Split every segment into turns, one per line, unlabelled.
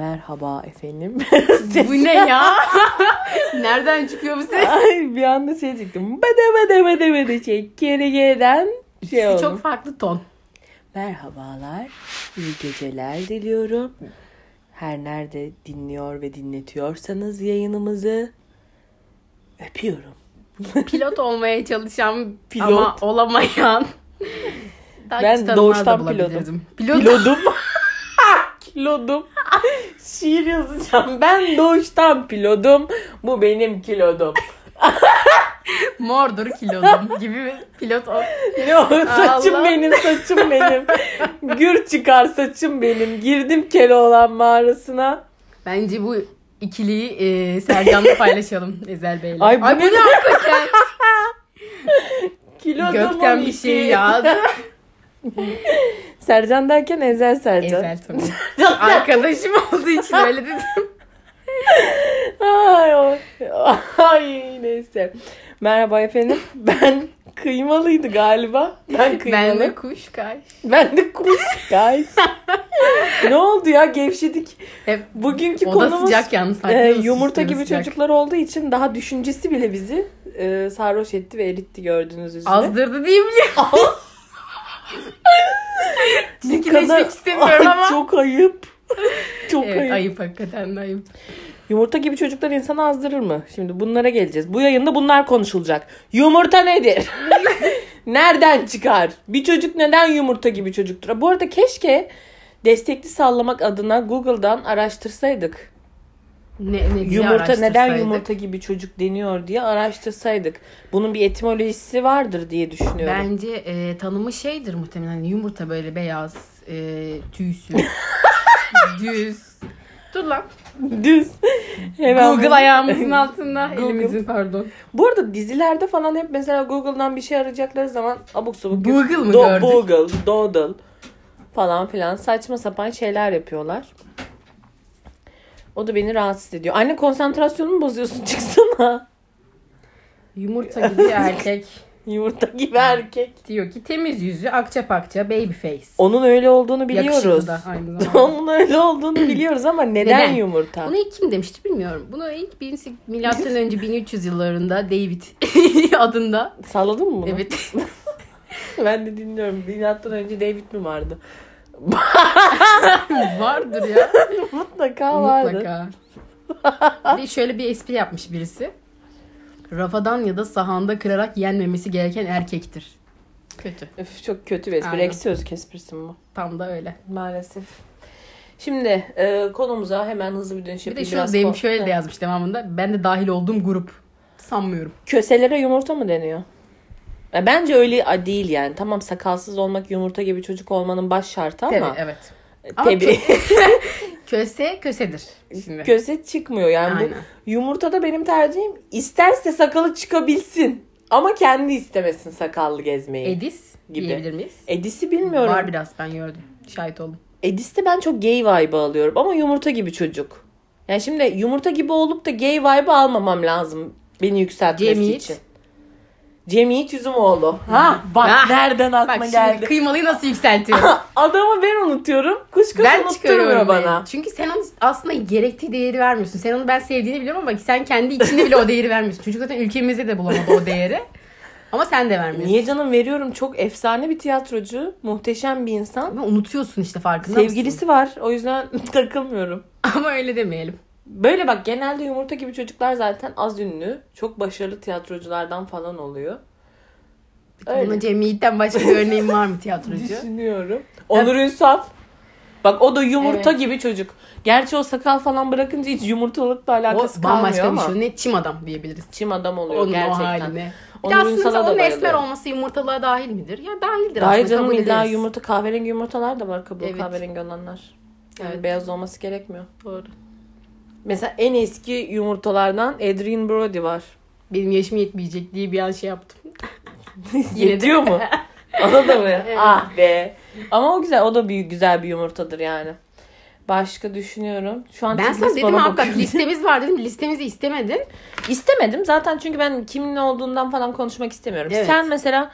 Merhaba efendim.
Bu ne ya? Nereden çıkıyor bu ses?
Ay bir anda şey çıktım. Bede bede bede bede şekeriyeden şey
Sesi
oldu.
çok farklı ton.
Merhabalar. iyi geceler diliyorum. Her nerede dinliyor ve dinletiyorsanız yayınımızı öpüyorum.
Pilot olmaya çalışan
Pilot.
ama olamayan. Daha
Ben
küçük tanımlar da
doğuştan
bulabilirdim.
pilotum.
Pilot.
Kilodum. kilodum. Şiir yazacağım. Ben doğuştan pilodum. Bu benim kilodum.
Mordur kilodum gibi bir pilot. ol-
Ne o saçım
Allah.
benim saçım benim. Gür çıkar saçım benim. Girdim Keloğlan mağarasına.
Bence bu ikiliyi e, Sercan'la paylaşalım Ezel Bey'le.
Ay bu
bu ne hakikaten?
Kilodum
Gökten bir şey yağdı.
Sercan derken Ezel Sercan.
Ezel tabii. Arkadaşım olduğu için öyle dedim.
Ay, o- ay neyse. Merhaba efendim. Ben kıymalıydı galiba. Ben kıymalı.
Ben de kuş kaş.
Ben de kuş guys. ne oldu ya gevşedik.
Hep
Bugünkü
Oda
konumuz
sıcak yalnız.
e,
farkında mısın?
yumurta
Sistemi
gibi
sıcak.
çocuklar olduğu için daha düşüncesi bile bizi e, sarhoş etti ve eritti gördüğünüz üzere.
Azdırdı diyeyim ya.
Ne
Çirkinleşmek istemiyorum
Ay,
ama.
Çok ayıp. çok
Evet
ayıp.
ayıp hakikaten de ayıp.
Yumurta gibi çocuklar insanı azdırır mı? Şimdi bunlara geleceğiz. Bu yayında bunlar konuşulacak. Yumurta nedir? Nereden çıkar? Bir çocuk neden yumurta gibi çocuktur? Bu arada keşke destekli sallamak adına Google'dan araştırsaydık.
Ne, ne diye
Yumurta neden
araştırsaydık.
yumurta gibi çocuk deniyor diye araştırsaydık. Bunun bir etimolojisi vardır diye düşünüyorum.
Bence e, tanımı şeydir muhtemelen Hani yumurta böyle beyaz e, tüysü düz. Dur lan.
Düz. Hemen
Google
bunu-
ayağımızın altında
Google.
elimizin pardon.
Bu arada dizilerde falan hep mesela Google'dan bir şey arayacakları zaman abuk sabuk.
Google mı
Do-
gördük?
Google, Doodle falan filan saçma sapan şeyler yapıyorlar. O da beni rahatsız ediyor. Anne konsantrasyonumu bozuyorsun çıksana.
Yumurta gibi erkek
Yumurta gibi erkek.
diyor ki temiz yüzü akça pakça baby face.
Onun öyle olduğunu
Yakışıklı
biliyoruz.
da aynı zamanda.
Onun öyle olduğunu biliyoruz ama neden,
Neden?
yumurta?
Bunu ilk kim demişti bilmiyorum. Bunu ilk 1800 milattan önce 1300 yıllarında David adında.
Salladın mı bunu?
Evet.
Ben de dinliyorum. Milattan önce David mi vardı?
Vardır ya.
Mutlaka vardı.
Mutlaka. Bir de şöyle bir espri yapmış birisi. Rafadan ya da sahanda kırarak yenmemesi gereken erkektir. Kötü.
Öf, çok kötü bir espri.
Aynen.
Eksi sözlük esprisi mi bu?
Tam da öyle.
Maalesef. Şimdi e, konumuza hemen hızlı bir dönüş
Bir
yapayım.
de şunu
Biraz
deyim
ko-
şöyle de yazmış devamında. Ben de dahil olduğum grup. Sanmıyorum.
Köselere yumurta mı deniyor? Ya bence öyle a- değil yani. Tamam sakalsız olmak yumurta gibi çocuk olmanın baş şartı ama.
Tabii evet. Ama
Tabii.
Köse kösedir. Şimdi.
Köse çıkmıyor yani. Bu,
Aynen.
yumurtada benim tercihim isterse sakalı çıkabilsin. Ama kendi istemesin sakallı gezmeyi.
Edis
Gibi.
diyebilir miyiz?
Edis'i bilmiyorum.
Var biraz ben gördüm. Şahit oldum.
Edis'te E, ben çok gay vibe alıyorum ama yumurta gibi çocuk. Yani şimdi yumurta gibi olup da gay vibe almamam lazım beni yükseltmesi
Cem Yiğit.
için. Cem Yiğit Yüzümoğlu. Ha bak
Ah.
nereden
Bak
aklıma
şimdi
geldi.
kıymalıyı nasıl yükseltiyoruz?
Adamı ben unutuyorum. Kuşkusu
ben
unutturmuyor
çıkarıyorum
bana.
bana. Çünkü sen onun aslında gerektiği değeri vermiyorsun. Sen onu ben sevdiğini biliyorum ama sen kendi içinde bile o değeri vermiyorsun. Çocuk zaten ülkemizde de bulamadı o değeri. Ama sen de vermiyorsun.
Niye canım veriyorum çok efsane bir tiyatrocu. Muhteşem bir insan.
Ama unutuyorsun işte farkında mısın?
Sevgilisi var. O yüzden takılmıyorum.
Ama öyle demeyelim.
Böyle bak genelde yumurta gibi çocuklar zaten az ünlü. Çok başarılı tiyatroculardan falan oluyor. Öyle.
Bunun Cem Yiğit'ten başka bir örneğin var mı tiyatrocu?
Düşünüyorum. Onur Ünsal. Bak o da yumurta
Evet.
gibi çocuk. Gerçi o sakal falan bırakınca hiç yumurtalıkla
o
alakası kalmıyor
bambaşka bir
ama.
şey. Ne çim adam diyebiliriz.
Çim adam oluyor
Onun o
gerçekten.
haline. Bir de
Onur Ünsal'a
aslında
da
onun esmer
bayılıyorum.
olması yumurtalığa dahil midir? Ya dahildir
Daha
aslında.
canım
kabul
illa
ederiz.
yumurta kahverengi yumurtalar da var kabuğu
Evet.
kahverengi olanlar. Yani
Evet.
beyaz olması gerekmiyor.
Doğru.
Mesela en eski yumurtalardan Adrian Brody var.
Benim yaşım yetmeyecek diye bir an şey yaptım. Yine de-
Yetiyor mu? Ona da mı?
Evet.
Ah be. Ama o güzel. O da bir güzel bir yumurtadır yani. Başka düşünüyorum. Şu an
Ben
Tigris
sana dedim
bana
hakikat
bakıyor.
listemiz var dedim. Listemizi istemedin.
İstemedim zaten çünkü ben kimin ne olduğundan falan konuşmak istemiyorum.
Evet.
Sen mesela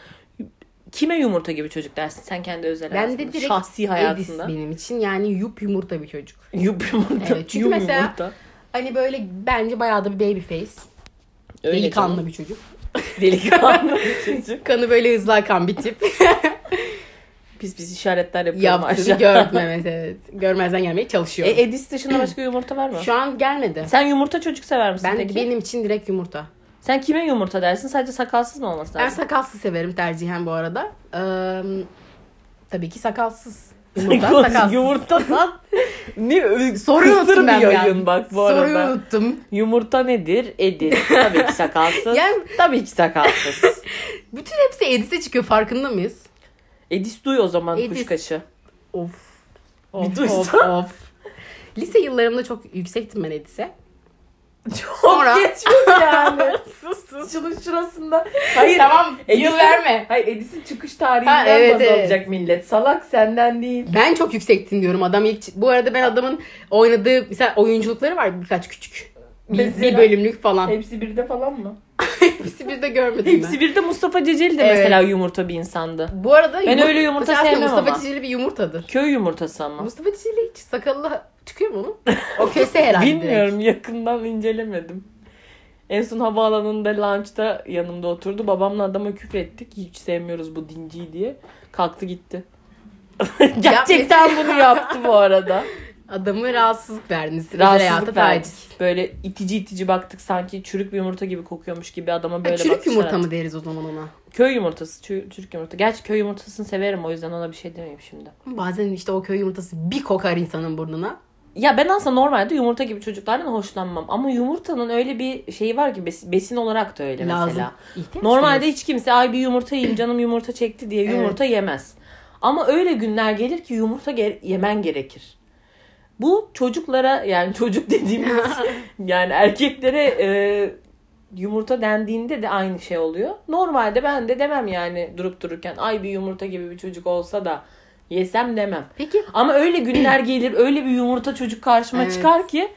Kime yumurta gibi çocuk dersin sen kendi özel
Ben
hayatında,
de direkt
şahsi hayatında.
Edis benim için yani yup yumurta bir çocuk.
Yup yumurta.
Evet, çünkü
yup
mesela-
yumurta.
Hani böyle bence bayağı da bir baby face.
Öyle
Delikanlı
canım.
bir çocuk.
Delikanlı bir çocuk.
Kanı böyle hızlı akan bir tip.
Biz biz işaretler yapıyorum
Yaptığını
aşağı.
gördüm evet, evet. Görmezden gelmeye çalışıyor.
E, Edis dışında başka yumurta var mı?
Şu an gelmedi.
Sen yumurta çocuk sever misin
Ben
peki?
benim için direkt yumurta.
Sen kime yumurta dersin? Sadece sakalsız mı olması
Ben
lazım?
sakalsız severim tercihen bu arada. Ee, tabii ki sakalsız.
Sakal-
Yumurta sakalsız.
Yumurta lan. ne ö-
Soruyu
kısır
unuttum
bir
ben bir
yayın
an.
bak bu
Soruyu
arada.
unuttum.
Yumurta nedir? Edis. Tabii ki sakalsız.
Yani-
Tabii ki sakalsız.
Bütün hepsi Edis'e çıkıyor farkında mıyız?
Edis duy o zaman
Edis.
kuşkaşı.
Of.
Bir
Of
duysa.
of of. Lise yıllarımda çok yüksektim ben Edis'e.
Çok
Sonra-
geçmiş yani. sus sus. Şunun şurasında. Hayır.
Tamam
Edis'in-
yıl verme.
Hayır Edis'in çıkış tarihinden
Ha, evet,
baz
evet.
alacak millet. Salak senden değil.
Ben çok yüksektim diyorum adam ilk. Bu arada ben adamın oynadığı mesela oyunculukları var birkaç küçük. Bir,
Mesela-
bir bölümlük falan.
Hepsi birde falan mı?
Hepsi bir de görmedim ben.
Hepsi birde Mustafa Ceceli de
Evet.
mesela yumurta bir insandı.
Bu arada
Ben öyle yumurta
Mesela aslında
sevmem
Mustafa
ama.
Cicili bir yumurtadır.
Köy yumurtası ama.
Mustafa Cicili hiç sakallı çıkıyor mu onun? O köse herhalde. direkt.
Bilmiyorum yakından incelemedim. En son havaalanında lunchta yanımda oturdu. Babamla adama küfür ettik. Hiç sevmiyoruz bu dinciyi diye. Kalktı gitti. Gerçekten
mesela-
bunu yaptı bu arada.
Adamı rahatsızlık verdiniz.
Rahatsızlık verdik.
taciz.
Böyle itici itici baktık sanki çürük bir yumurta gibi kokuyormuş gibi adama böyle
Ha, çürük
bakışlar
yumurta
attık.
mı deriz o zaman ona?
Köy yumurtası, çü- çürük yumurta. Gerçi köy yumurtasını severim o yüzden ona bir şey demeyeyim şimdi.
Bazen işte o köy yumurtası bir kokar insanın burnuna.
Ya ben aslında normalde yumurta gibi çocuklardan hoşlanmam. Ama yumurtanın öyle bir şeyi var ki bes- besin olarak da öyle
Lazım.
mesela.
İhtiyaç
Normalde
duyuyoruz.
hiç kimse ay bir yumurta yiyeyim canım yumurta çekti diye yumurta yemez. Ama öyle günler gelir ki yumurta ge- yemen gerekir. Bu çocuklara yani çocuk dediğimiz yani erkeklere e, yumurta dendiğinde de aynı şey oluyor. Normalde ben de demem yani durup dururken ay bir yumurta gibi bir çocuk olsa da yesem demem.
Peki
Ama öyle günler gelir öyle bir yumurta çocuk karşıma
Evet.
çıkar ki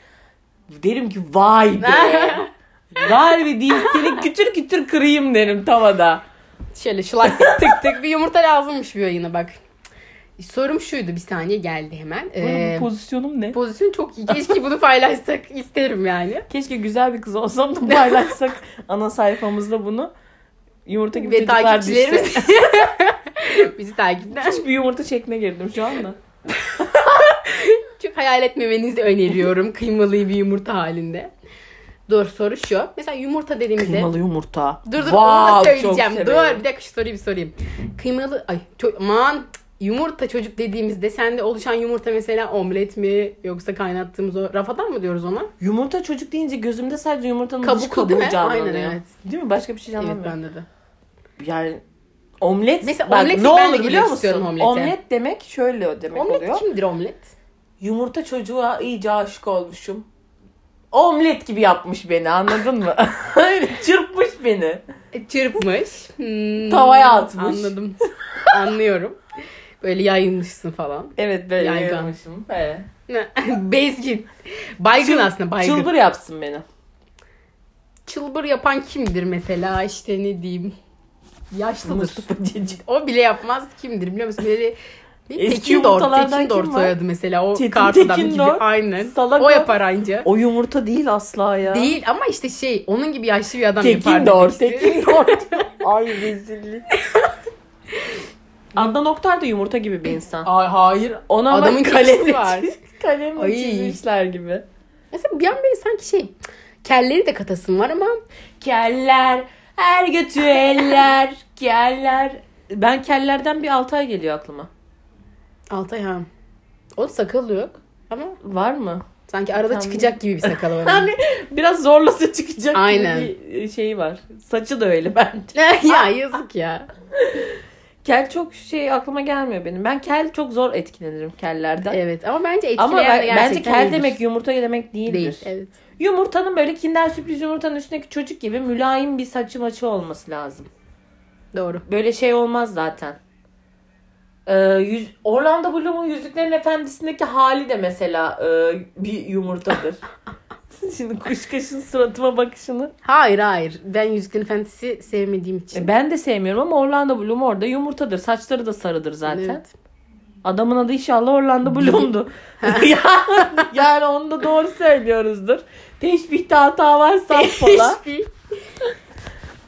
derim ki vay be. Var bir değil seni kütür kütür kırayım derim tavada.
şöyle şulak tık tık tık bir yumurta lazımmış bir yayına bak. Sorum şuydu bir saniye geldi hemen. Ee,
Benim pozisyonum ne?
pozisyon çok iyi. Keşke bunu paylaşsak isterim yani.
Keşke güzel bir kız olsam da paylaşsak ana sayfamızda bunu. Yumurta gibi
Ve
çocuklar düşse.
takipçilerimiz bizi takipten
Hiç bir yumurta çekme girdim şu anda.
Çok hayal etmemenizi öneriyorum. Kıymalı bir yumurta halinde. Dur soru şu. Mesela yumurta dediğimizde...
Kıymalı yumurta.
Dur dur onu da
Vav, çok
söyleyeceğim. Dur
severim.
bir dakika şu soruyu bir sorayım. Kıymalı... Ay ço- aman yumurta çocuk dediğimizde sende oluşan yumurta mesela omlet mi yoksa kaynattığımız o rafadan mı diyoruz ona?
Yumurta çocuk deyince gözümde sadece yumurtanın dış
Kabuklu değil mi?
kabuğu
Aynen,
canlanıyor.
evet.
Değil mi? Başka bir şey
Evet
canlanmıyor.
bende de.
Yani omlet.
Mesela
bak,
omlet-
ne
ben de
olur biliyor
girmek
musun?
istiyorum omlete.
Omlet demek şöyle demek
Omlet
oluyor.
kimdir omlet?
Yumurta çocuğa iyice aşık olmuşum. Omlet gibi yapmış beni anladın mı? Öyle Çırpmış beni.
E, Çırpmış. Hmm,
Tavaya atmış.
Anladım. Anlıyorum. Böyle yayılmışsın falan.
Evet böyle
Yaygın.
yapmışım. Evet.
Bezgin. Baygın aslında baygın.
Çılbır yapsın beni.
Çılbır yapan kimdir mesela işte ne diyeyim yaşlıdır.
Mustafa Cecik.
O bile yapmaz kimdir biliyor musun? Böyle bir
Eski
Tekindor,
yumurtalardan
Tekindor
kim var?
soyadı mesela o
Çetin
kartıdan gibi
Tekindor.
aynen.
Salak o.
o yapar anca.
O yumurta değil asla ya.
Değil ama işte şey onun gibi yaşlı bir adam yapar.
Tekin Dor.
demek istiyorum.
Tekin Dor. Ay rezillik. Adnan Oktar da yumurta gibi bir insan.
Ay hayır.
Ona ama
Adamın
kalemi
kalemi var.
kalemi
Ay.
çizmişler gibi.
Mesela bir an böyle sanki şey kelleri de katasın var ama
Keller, her götü eller, keller. Ben kellerden bir altı ay geliyor aklıma.
Altay ha. O sakalı yok ama
Var mı?
sanki arada
Tamam.
çıkacak gibi bir sakalı var.
Hani biraz zorlasa çıkacak
Aynen.
gibi bir şey var. Saçı da öyle bence.
ya yazık ya.
Kel çok şey aklıma gelmiyor benim. Ben kel çok zor etkilenirim kellerden.
Evet ama bence etkileyen
Ama ben- bence
de gerçekten
kel
iyidir.
demek yumurta demek değildir.
değil. Evet.
Yumurtanın böyle kinder sürpriz yumurtanın üstündeki çocuk gibi mülayim bir saçı maçı olması lazım.
Doğru.
Böyle şey olmaz zaten. Ee, yüz, Orlando Bloom'un Yüzüklerin Efendisi'ndeki hali de mesela e, bir yumurtadır. Şimdi kuşkaşın suratıma bakışını.
Hayır hayır. Ben Yüzüklerin Efendisi sevmediğim için.
E, ben de sevmiyorum ama Orlando Bloom orada yumurtadır. Saçları da sarıdır zaten.
Evet.
Adamın adı inşallah Orlando Bloom'du. yani onu da doğru söylüyoruzdur. Teşbihte hata varsa falan.
Hiçbir-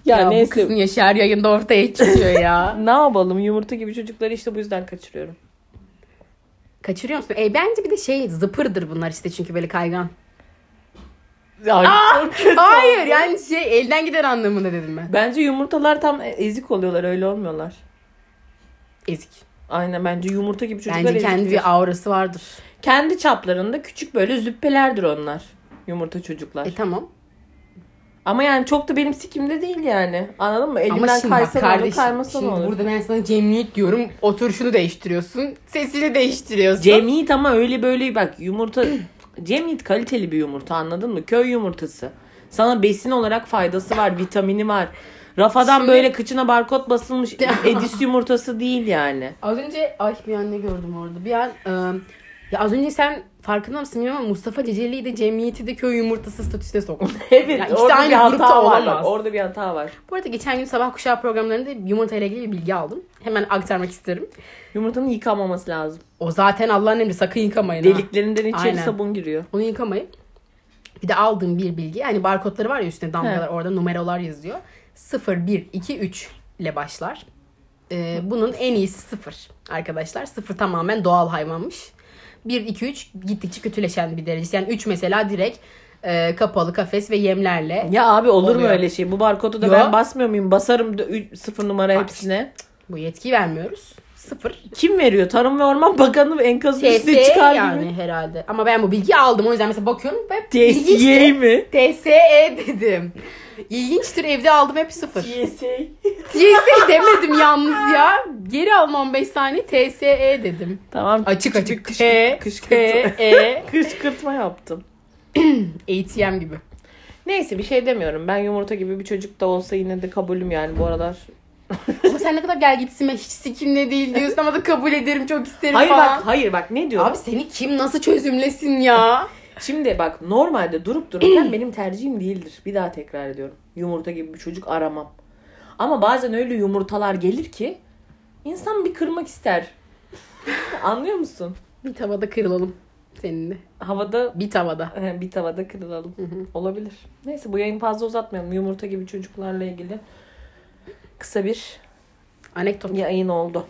Ya,
ya bu
neyse.
kızın Yaşar yayında ortaya çıkıyor ya.
Ne yapalım yumurta gibi çocukları işte bu yüzden kaçırıyorum.
Kaçırıyor musun? E bence bir de şey zıpırdır bunlar işte çünkü böyle kaygan.
Ay, çok kötü
Hayır
oldu.
yani şey elden gider anlamında dedim ben.
Bence yumurtalar tam ezik oluyorlar öyle olmuyorlar.
Ezik.
Aynen bence yumurta gibi çocuklar
Bence kendi
eziktir.
bir aurası vardır. E,
Kendi çaplarında küçük böyle züppelerdir onlar. Yumurta çocuklar.
E tamam.
Ama yani çok da benim sikimde değil yani. Anladın mı?
Ama
Elimden
şimdi bak
kaysa ne olur
kardeşim.
kaymasa ne
Şimdi
olur.
burada ben sana cemiyet diyorum. Oturuşunu değiştiriyorsun. Sesini değiştiriyorsun.
Cemiyet ama öyle böyle bak yumurta Cemiyet kaliteli bir yumurta anladın mı? Köy yumurtası. Sana besin olarak faydası var, vitamini var. Rafadan
Şimdi-
böyle kıçına barkod basılmış Edis yumurtası değil yani.
Az önce ay bir an ne gördüm orada. Bir an e, ya az önce sen farkında mısın bilmiyorum ama Mustafa Ceceli'yi de cemiyeti de köy yumurtası statüsüne sokmuş.
Evet,
Ya ikisi
orada
aynı
bir hata
grupta
var.
olamaz.
bak, Orada bir hata var.
Bu arada geçen gün sabah kuşağı programlarında yumurta ile ilgili bir bilgi aldım. Hemen aktarmak isterim.
Yumurtanın yıkamaması lazım.
O zaten Allah'ın emri sakın yıkamayın. ha.
Deliklerinden içeri
Aynen.
sabun giriyor.
Onu yıkamayın. Bir de aldığım bir bilgi. Hani barkodları var ya üstüne damgalar orada numaralar yazıyor. 0, 1, 2, 3 ile başlar. Ee, bunun en iyisi 0 arkadaşlar. 0 tamamen doğal hayvanmış. 1, 2, 3 gittikçe kötüleşen bir derecesi. Yani 3 mesela direkt e, kapalı kafes ve yemlerle.
Ya abi olur mu
Oluyor.
öyle şey? Bu barkodu da
Yo.
ben basmıyor muyum? Basarım 0 numara hepsine.
Bu yetkiyi vermiyoruz. 0.
Kim veriyor? Tarım ve Orman Bakanı enkazın üstüne
TSE
çıkar
yani
gibi.
herhalde. Ama ben bu bilgiyi aldım. O yüzden mesela bakıyorum. ve bilgi işte.
TSE mi?
TSE E dedim. İlginçtir evde aldım hep 0.
TSE.
TSE E demedim yalnız ya. Geri almam 5 saniye TSE dedim.
Tamam.
Açık açık.
Kış,
T,
kışkırtma.
E,
Kışkırtma yaptım.
ATM gibi.
Neyse bir şey demiyorum. Ben yumurta gibi bir çocuk da olsa yine de kabulüm yani bu aralar.
Ama sen ne kadar gel gitsime hiç sikimle değil diyorsun ama da kabul ederim çok isterim
Hayır
falan.
bak, hayır bak ne diyorum?
Abi seni kim nasıl çözümlesin ya?
Şimdi bak normalde durup dururken benim tercihim değildir. Bir daha tekrar ediyorum. Yumurta gibi bir çocuk aramam. Ama bazen öyle yumurtalar gelir ki insan bir kırmak ister. Anlıyor musun?
Bir tavada kırılalım seninle.
Havada
Bir tavada.
He, bir tavada kırılalım. Olabilir. Neyse bu yayını fazla uzatmayalım. Yumurta gibi çocuklarla ilgili kısa bir
Anekdot.
yayın oldu.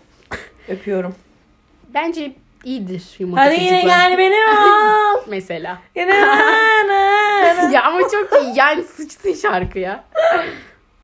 Öpüyorum.
Bence iyidir yumurta
Hadi yine
çocuklar.
gel beni al.
Mesela.
Yine na, na, na.
ya ama çok iyi yani sıçtın şarkıya.